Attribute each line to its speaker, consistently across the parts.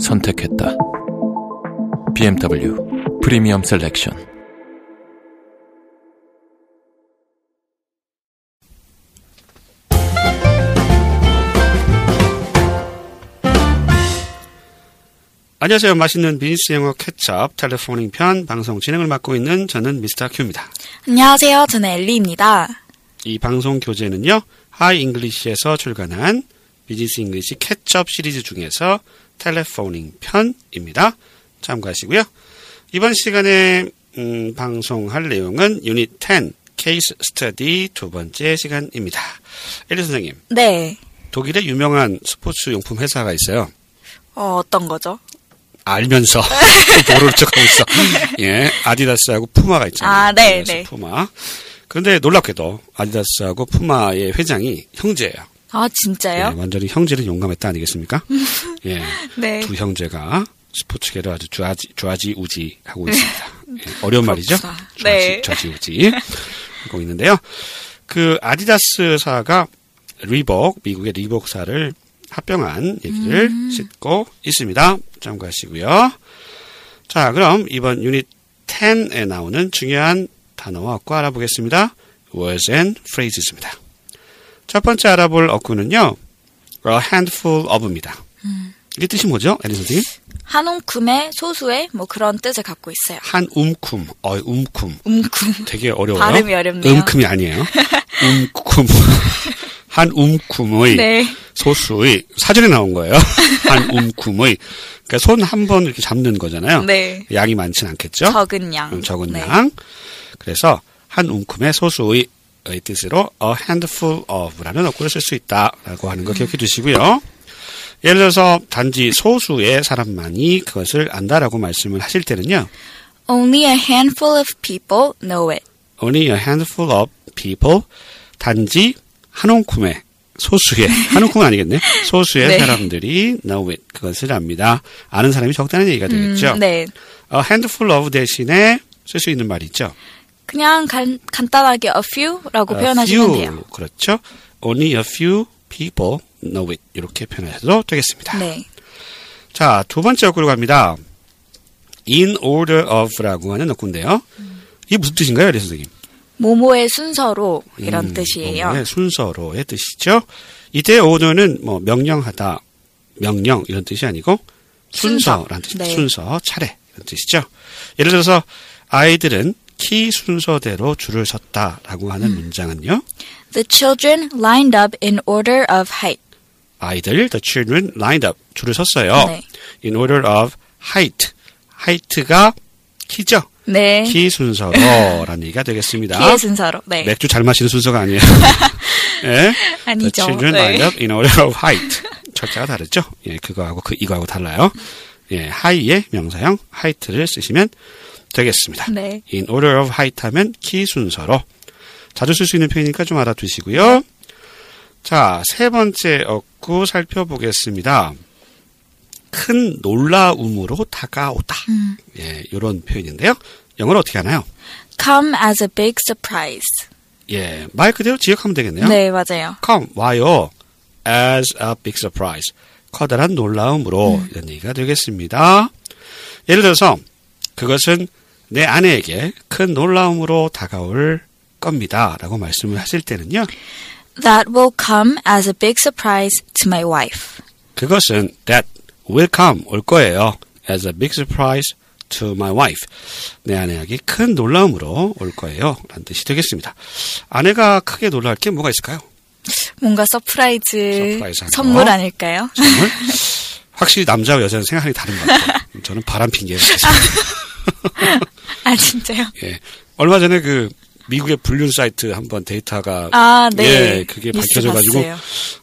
Speaker 1: 선택했다. BMW 프리미엄 셀렉션.
Speaker 2: 안녕하세요. 맛있는 빈스 영어 케첩 텔레포닝 편 방송 진행을 맡고 있는 저는 미스터 큐입니다.
Speaker 3: 안녕하세요. 저는 엘리입니다.
Speaker 2: 이 방송 교재는요. 하이 잉글리시에서 출간한 비즈니스 잉글리시 케첩 시리즈 중에서 텔레포닝 편입니다. 참고하시고요. 이번 시간에 음, 방송할 내용은 유닛 10 케이스 스터디 두 번째 시간입니다. 엘리 선생님,
Speaker 3: 네.
Speaker 2: 독일에 유명한 스포츠 용품 회사가 있어요.
Speaker 3: 어, 떤 거죠?
Speaker 2: 알면서 모를 척하고 있어. 예, 아디다스하고 푸마가 있잖아요.
Speaker 3: 아, 네,
Speaker 2: 아디다스,
Speaker 3: 네.
Speaker 2: 푸마. 그런데 놀랍게도 아디다스하고 푸마의 회장이 형제예요.
Speaker 3: 아,
Speaker 2: 예,
Speaker 3: 진짜요?
Speaker 2: 완전히 형제는 용감했다 아니겠습니까? 예,
Speaker 3: 네.
Speaker 2: 두 형제가 스포츠계를 아주 좌지, 좌지우지 하고 있습니다. 예, 어려운 말이죠.
Speaker 3: 그렇구나. 네.
Speaker 2: 좌지, 좌지우지 하고 있는데요. 그 아디다스사가 리복 미국의 리복사를 합병한 얘기를 싣고 있습니다. 참고하시고요. 자, 그럼 이번 유닛 10에 나오는 중요한 단어와 어구 알아보겠습니다. words and phrases입니다. 첫 번째 알아볼 어구는요. a handful of입니다. 이게 뜻이 뭐죠? 에리 선생님?
Speaker 3: 한 움큼의 소수의 뭐 그런 뜻을 갖고 있어요. 음,
Speaker 2: 한 움큼, 어, 움큼.
Speaker 3: 움큼.
Speaker 2: 되게 어려워요.
Speaker 3: 발음이 어렵네요.
Speaker 2: 음큼이 아니에요. 움큼. 한 움큼의
Speaker 3: 네.
Speaker 2: 소수의 사전에 나온 거예요. 한 움큼의. 그러니까 손 한 번 이렇게 잡는 거잖아요.
Speaker 3: 네.
Speaker 2: 양이 많진 않겠죠?
Speaker 3: 적은 양.
Speaker 2: 음, 적은
Speaker 3: 네.
Speaker 2: 양. 그래서 한 움큼의 소수의 의 뜻으로 a handful of라는 어구를 쓸 수 있다라고
Speaker 3: 음.
Speaker 2: 하는 거 기억해 주시고요. 예를 들어서 단지 소수의 사람만이 그것을 안다라고 말씀을 하실 때는요.
Speaker 3: Only a handful of people know it.
Speaker 2: Only a handful of people 단지 한 움큼의 소수의 한 움큼은 아니겠네. 소수의
Speaker 3: 네.
Speaker 2: 사람들이 know it 그것을 압니다. 아는 사람이 적다는 얘기가
Speaker 3: 음,
Speaker 2: 되겠죠.
Speaker 3: 네.
Speaker 2: a handful of 대신에 쓸 수 있는 말이 있죠.
Speaker 3: 그냥 간, 간단하게 a few라고
Speaker 2: A
Speaker 3: 그 표현하시면
Speaker 2: few,
Speaker 3: 돼요.
Speaker 2: 그렇죠. Only a few people know it. 이렇게 표현하셔도 되겠습니다.
Speaker 3: 네.
Speaker 2: 자, 두 번째 어구로 갑니다. In order of라고 하는 어구인데요.
Speaker 3: 음.
Speaker 2: 이게 무슨 뜻인가요, 리 선생님?
Speaker 3: 모모의 순서로 이런
Speaker 2: 음,
Speaker 3: 뜻이에요.
Speaker 2: 뭐의 순서로의 뜻이죠. 이때 order는 뭐 명령하다, 명령 이런 뜻이 아니고
Speaker 3: 순서.
Speaker 2: 순서라는 뜻,
Speaker 3: 네.
Speaker 2: 순서, 차례 이런 뜻이죠. 예를 들어서 아이들은 키 순서대로 줄을 섰다라고
Speaker 3: 음.
Speaker 2: 하는 문장은요.
Speaker 3: The children lined up in order of height.
Speaker 2: 아이들, the children lined up. 줄을 섰어요.
Speaker 3: 네.
Speaker 2: In order of height. height가 키죠.
Speaker 3: 네.
Speaker 2: 키 순서로라는 얘기가 되겠습니다.
Speaker 3: 의 순서로. 네.
Speaker 2: 맥주 잘 마시는 순서가 아니에요. 예. The
Speaker 3: 아니죠.
Speaker 2: children
Speaker 3: 네.
Speaker 2: lined up in order of height. 철자가 다르죠. 예, 그거하고 그 이거하고 달라요. 예, high의 명사형 height를 쓰시면 되겠습니다.
Speaker 3: 네.
Speaker 2: In order of height 하면 키 순서로. 자주 쓸 수 있는 표현이니까 좀 알아두시고요. 자, 세 번째 어구 살펴보겠습니다. 큰 놀라움으로 다가오다.
Speaker 3: 음.
Speaker 2: 예, 요런 표현인데요. 영어로 어떻게 하나요?
Speaker 3: Come as a big surprise.
Speaker 2: 예, 말 그대로 지역하면 되겠네요.
Speaker 3: 네, 맞아요.
Speaker 2: come, 와요. as a big surprise. 커다란 놀라움으로 이런 얘기가 되겠습니다. 예를 들어서 그것은 내 아내에게 큰 놀라움으로 다가올 겁니다. 라고 말씀을 하실 때는요.
Speaker 3: That will come as a big surprise to my wife.
Speaker 2: 그것은 that will come 올 거예요. as a big surprise to my wife. 내 아내에게 큰 놀라움으로 올 거예요. 라는 뜻이 되겠습니다. 아내가 크게 놀랄 게 뭐가 있을까요?
Speaker 3: 뭔가 서프라이즈
Speaker 2: 서프라이즈한 거.
Speaker 3: 선물 아닐까요?
Speaker 2: 정말 확실히 남자와 여자는 생각이 다른 것 같아요. 저는 바람 핑계를 쓰겠습니다.
Speaker 3: 아 진짜요?
Speaker 2: 예. 얼마 전에 그 미국의 불륜 사이트 한번 데이터가
Speaker 3: 아, 네.
Speaker 2: 예, 그게
Speaker 3: 뉴스
Speaker 2: 밝혀져가지고
Speaker 3: 봤어요.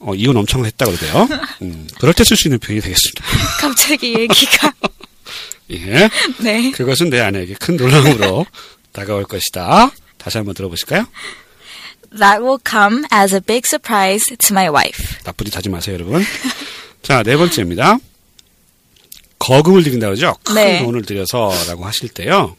Speaker 2: 어, 이혼 엄청 했다 그러대요. 음, 그럴 때 쓸 수 있는 표현이 되겠습니다.
Speaker 3: 갑자기 얘기가
Speaker 2: 예,
Speaker 3: 네.
Speaker 2: 그것은 내 아내에게 큰 놀라움으로 다가올 것이다. 다시 한번 들어보실까요?
Speaker 3: That will come as a big surprise to my wife.
Speaker 2: 나쁘지 하지 마세요, 여러분. 자, 네 번째입니다. 거금을 드린다 그러죠? 큰
Speaker 3: 네.
Speaker 2: 돈을 들여서라고 하실 때요.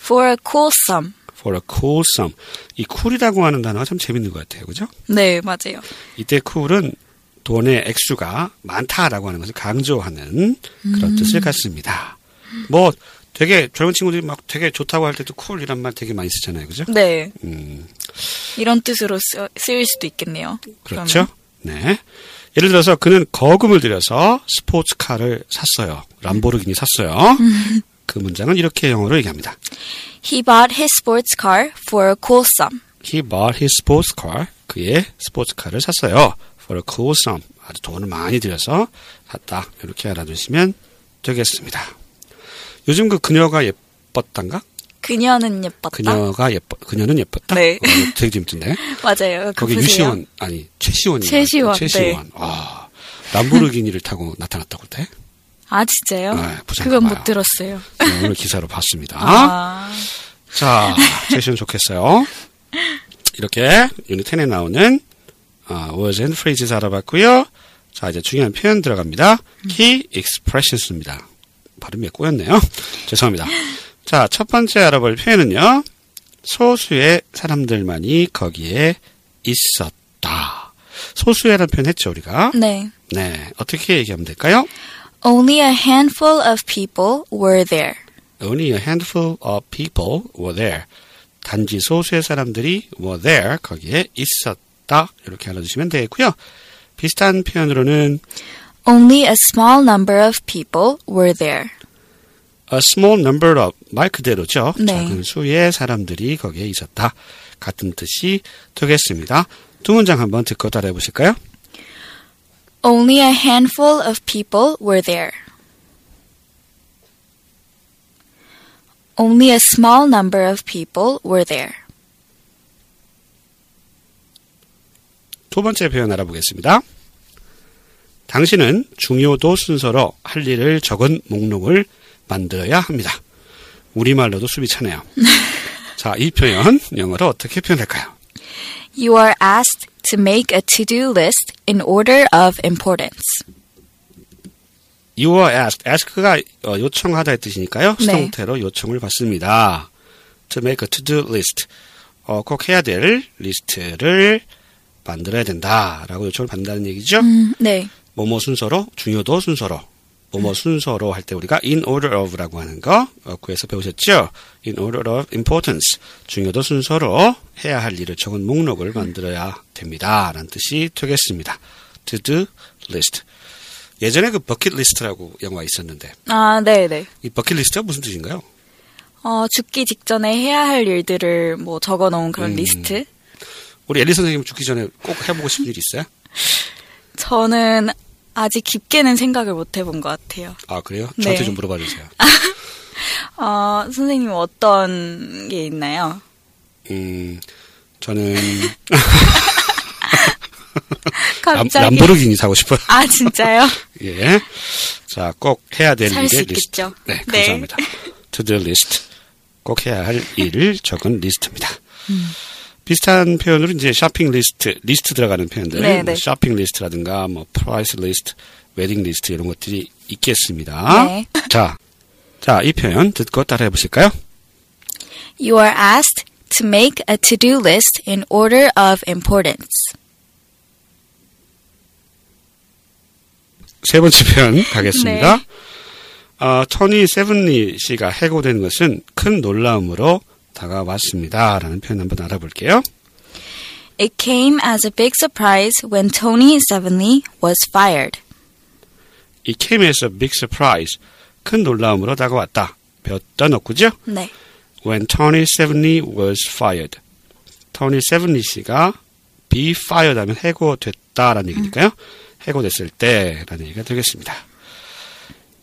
Speaker 3: For a cool sum.
Speaker 2: For a cool sum. 이 cool이라고 하는 단어가 참 재밌는 것 같아요. 그죠?
Speaker 3: 네, 맞아요.
Speaker 2: 이때 cool은 돈의 액수가 많다라고 하는 것을 강조하는 그런 뜻을 갖습니다. 뭐 되게 젊은 친구들이 막 되게 좋다고 할 때도 cool이란 말 되게 많이 쓰잖아요. 그죠?
Speaker 3: 네.
Speaker 2: 음,
Speaker 3: 이런 뜻으로 쓰, 쓰일 수도 있겠네요.
Speaker 2: 그렇죠? 네. 예를 들어서 그는 거금을 들여서 스포츠카를 샀어요. 람보르기니 샀어요. 그 문장은 이렇게 영어로 얘기합니다.
Speaker 3: He bought his sports car for a cool sum.
Speaker 2: He bought his sports car. 그의 스포츠카를 샀어요. For a cool sum. 아주 돈을 많이 들여서 샀다. 이렇게 알아두시면 되겠습니다. 요즘 그 그녀가 예뻤단가?
Speaker 3: 그녀는 예뻤다.
Speaker 2: 그녀가 예뻐, 그녀는 예뻤다?
Speaker 3: 아. 네.
Speaker 2: 어, 되게 재밌던데.
Speaker 3: 맞아요. 그
Speaker 2: 거기
Speaker 3: 보세요.
Speaker 2: 유시원, 아니, 최시원이.
Speaker 3: 최시원, 네.
Speaker 2: 최시원. 아, 람보르기니를 타고 나타났다고 그때?
Speaker 3: 아, 진짜요?
Speaker 2: 네, 부산
Speaker 3: 그건
Speaker 2: 가봐요.
Speaker 3: 못 들었어요.
Speaker 2: 네, 오늘 기사로 봤습니다.
Speaker 3: 아.
Speaker 2: 자, 제시는 좋겠어요. 이렇게 유닛 10에 나오는 아, words and phrases 알아봤고요. 자, 이제 중요한 표현 들어갑니다. key expressions입니다. 발음이 꼬였네요. 죄송합니다. 자, 첫 번째 알아볼 표현은요. 소수의 사람들만이 거기에 있었다. 소수의라는 표현 했죠, 우리가?
Speaker 3: 네.
Speaker 2: 네. 어떻게 얘기하면 될까요?
Speaker 3: Only a handful of people were there.
Speaker 2: Only a handful of people were there. 단지 소수의 사람들이 were there 거기에 있었다 이렇게 알아주시면 되겠고요. 비슷한 표현으로는
Speaker 3: Only a small number of people were there.
Speaker 2: a small number of 말 그대로죠.
Speaker 3: 네.
Speaker 2: 작은 수의 사람들이 거기에 있었다 같은 뜻이 되겠습니다. 두 문장 한번 듣고 따라해 보실까요?
Speaker 3: Only a handful of people were there. Only a small number of people were there.
Speaker 2: 두 번째 표현 알아보겠습니다. 당신은 중요도 순서로 할 일을 적은 목록을 만들어야 합니다. 우리말로도 숨이 차네요. 자, 이 표현 영어로 어떻게 표현할까요?
Speaker 3: You are asked to make a to do list in order of importance.
Speaker 2: You are asked. ask가 어, 요청하다의 뜻이니까요.
Speaker 3: 네.
Speaker 2: 수동태로 요청을 받습니다. To make a to-do list. 어, 꼭 해야 될 리스트를 만들어야 된다라고 요청을 받는다는 얘기죠.
Speaker 3: 네.
Speaker 2: 뭐뭐 순서로 중요도 순서로
Speaker 3: 음.
Speaker 2: 뭐뭐 순서로 할 때 우리가 in order of라고 하는 거 어, 구에서 배우셨죠? in order of importance 중요도 순서로 해야 할 일을 적은
Speaker 3: 음.
Speaker 2: 목록을 만들어야 됩니다라는 뜻이 되겠습니다. to do list 예전에 그 버킷 리스트라고 영화 있었는데
Speaker 3: 아, 네, 네.
Speaker 2: 이 버킷 리스트가 무슨 뜻인가요?
Speaker 3: 어, 죽기 직전에 해야 할 일들을 뭐 적어 놓은 그런 리스트.
Speaker 2: 우리 엘리 선생님 죽기 전에 꼭 해보고 싶은 일이 있어요?
Speaker 3: 저는 아직 깊게는 생각을 못 해본 것 같아요.
Speaker 2: 아 그래요?
Speaker 3: 네.
Speaker 2: 저한테 좀 물어봐 주세요.
Speaker 3: 어, 선생님 어떤 게 있나요?
Speaker 2: 음 저는 람,
Speaker 3: 갑자기
Speaker 2: 람보르기니 사고 싶어요.
Speaker 3: 아 진짜요?
Speaker 2: 예. 자, 꼭 해야 될
Speaker 3: 살수
Speaker 2: 일의 리스트.
Speaker 3: 있겠죠.
Speaker 2: 네,
Speaker 3: 네.
Speaker 2: 감사합니다. To-do list. 꼭 해야 할 일을 적은 리스트입니다.
Speaker 3: 음.
Speaker 2: 비슷한 표현으로 이제 쇼핑 리스트, 리스트 들어가는 표현들,
Speaker 3: 네,
Speaker 2: 뭐
Speaker 3: 네.
Speaker 2: 쇼핑 리스트라든가 뭐 프라이스 리스트, 웨딩 리스트 이런 것들이 있겠습니다.
Speaker 3: 네.
Speaker 2: 자, 자, 이 표현 듣고 따라해 보실까요?
Speaker 3: You are asked to make a to-do list in order of importance.
Speaker 2: 세 번째 표현 가겠습니다.
Speaker 3: 네.
Speaker 2: 어, 터니 세븐리 씨가 해고된 것은 큰 놀라움으로 다가왔습니다. 라는 표현 한번 알아볼게요.
Speaker 3: It came as a big surprise when Tony Sevenly was fired.
Speaker 2: 이 케미에서 빅 서프라이즈 큰 놀라움으로 다가왔다. 몇 넣고죠?
Speaker 3: 네.
Speaker 2: When Tony Sevenly was fired. Tony Sevenly 씨가 be fired 하면 해고됐다라는 얘기니까요. 해고됐을 때라는 얘기가 되겠습니다.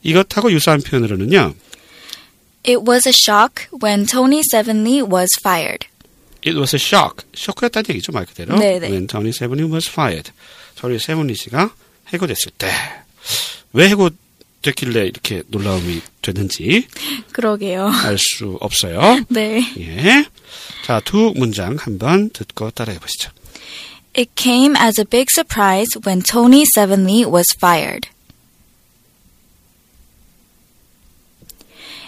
Speaker 2: 이것하고 유사한 표현으로는요.
Speaker 3: It was a shock when Tony Sevenly was fired.
Speaker 2: It was a shock. 쇼크였다는 얘기죠, 말 그대로.
Speaker 3: 네, 네.
Speaker 2: When Tony Seven이 was fired. 저리 세븐이 씨가 해고됐을 때. 왜 해고됐길래 이렇게 놀라움이 됐는지
Speaker 3: 그러게요.
Speaker 2: 알 수 없어요.
Speaker 3: 네.
Speaker 2: 예. 자, 두 문장 한번 듣고 따라해 보시죠.
Speaker 3: It came as a big surprise when Tony Sevenly was fired.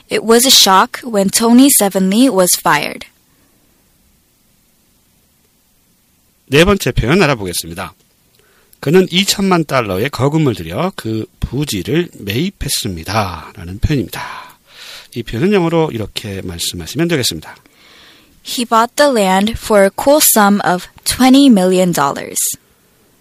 Speaker 3: It was a shock when Tony Sevenly was fired.
Speaker 2: 네 번째 표현 알아보겠습니다. 그는 2천만 달러의 거금을 들여 그 부지를 매입했습니다. 라는 표현입니다. 이 표현은 영어로 이렇게 말씀하시면 되겠습니다.
Speaker 3: He bought the land for a cool sum of $20 million.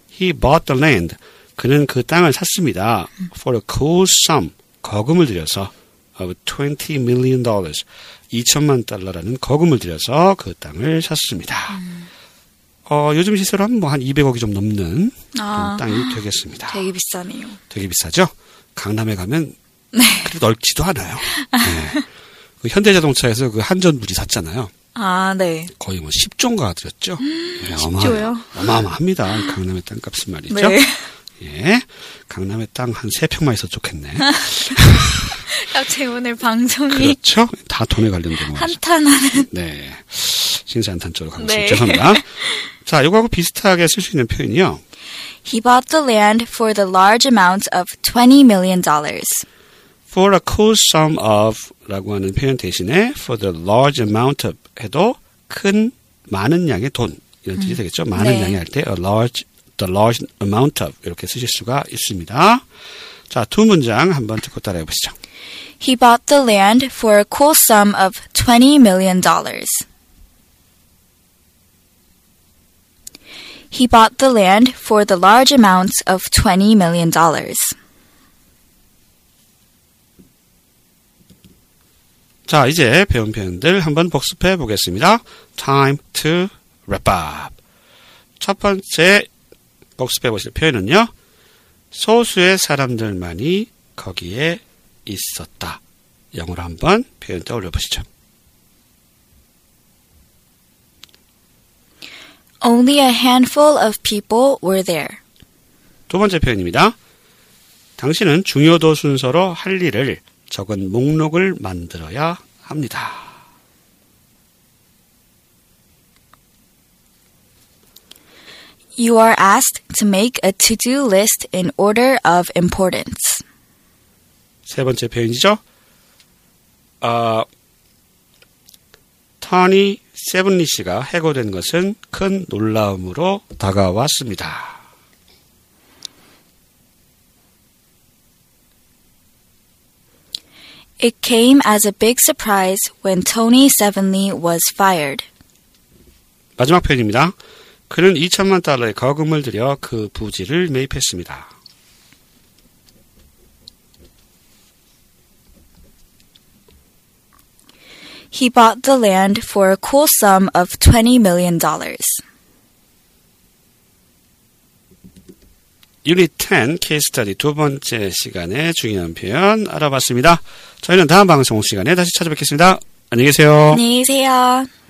Speaker 2: He bought the land. 그는 그 땅을 샀습니다. For a cool sum. 거금을 들여서 of 20 million dollars. 2천만 달러라는 거금을 들여서 그 땅을 샀습니다. 어, 요즘 시세로 하면 뭐 한 200억이 좀 넘는 그런 땅이 되겠습니다.
Speaker 3: 아. 되게 비싸네요.
Speaker 2: 되게 비싸죠? 강남에 가면 그리 넓지도 않아요. 네. 그 현대자동차에서 그 한전 부지 샀잖아요.
Speaker 3: 아, 네.
Speaker 2: 거의 뭐 10조인가 들였죠? 네, 어마어마-
Speaker 3: 10조 요?
Speaker 2: 어마어마합니다. 강남의 땅값은 말이죠.
Speaker 3: 네.
Speaker 2: 예. 강남의 땅 한 세평만 있어 좋겠네.
Speaker 3: 갑자기 오늘 방송이
Speaker 2: 그렇죠? 다 돈에 관련된 거죠.
Speaker 3: 한탄하는.
Speaker 2: 네. 신세한탄적으로 가고
Speaker 3: 네.
Speaker 2: 있습니다. 죄송합니다. 자, 이거하고 비슷하게 쓸 수 있는 표현이요.
Speaker 3: He bought the land for the large amount of $20 million.
Speaker 2: for a cool sum of 라고 하는 표현 대신에 for the large amount of 해도 큰 많은 양의 돈 이런 뜻이 되겠죠. 많은
Speaker 3: 네.
Speaker 2: 양이 할 때 a large the large amount of 이렇게 쓰실 수가 있습니다. 자, 두 문장 한번 듣고 따라해 보시죠.
Speaker 3: He bought the land for a cool sum of $20 million. He bought the land for the large amount of $20 million.
Speaker 2: 자, 이제 배운 표현들 한번 복습해 보겠습니다. Time to wrap up. 첫 번째 복습해 보실 표현은요. 소수의 사람들만이 거기에 있었다. 영어로 한번 표현 떠올려 보시죠.
Speaker 3: Only a handful of people were there.
Speaker 2: 두 번째 표현입니다. 당신은 중요도 순서로 할 일을 적은 목록을 만들어야 합니다.
Speaker 3: You are asked to make a to do list in order of importance.
Speaker 2: 세 번째 표현이죠. 아, 타니 세븐리 씨가 해고된 것은 큰 놀라움으로 다가왔습니다.
Speaker 3: It came as a big surprise when Tony Sevenly was fired.
Speaker 2: 마지막 표현입니다. 그는 2천만 달러의 거금을 들여 그 부지를 매입했습니다.
Speaker 3: He bought the land for a cool sum of $20 million.
Speaker 2: 유닛 10 케이스터디 두 번째 시간의 중요한 표현 알아봤습니다. 저희는 다음 방송 시간에 다시 찾아뵙겠습니다. 안녕히 계세요.
Speaker 3: 안녕히 계세요.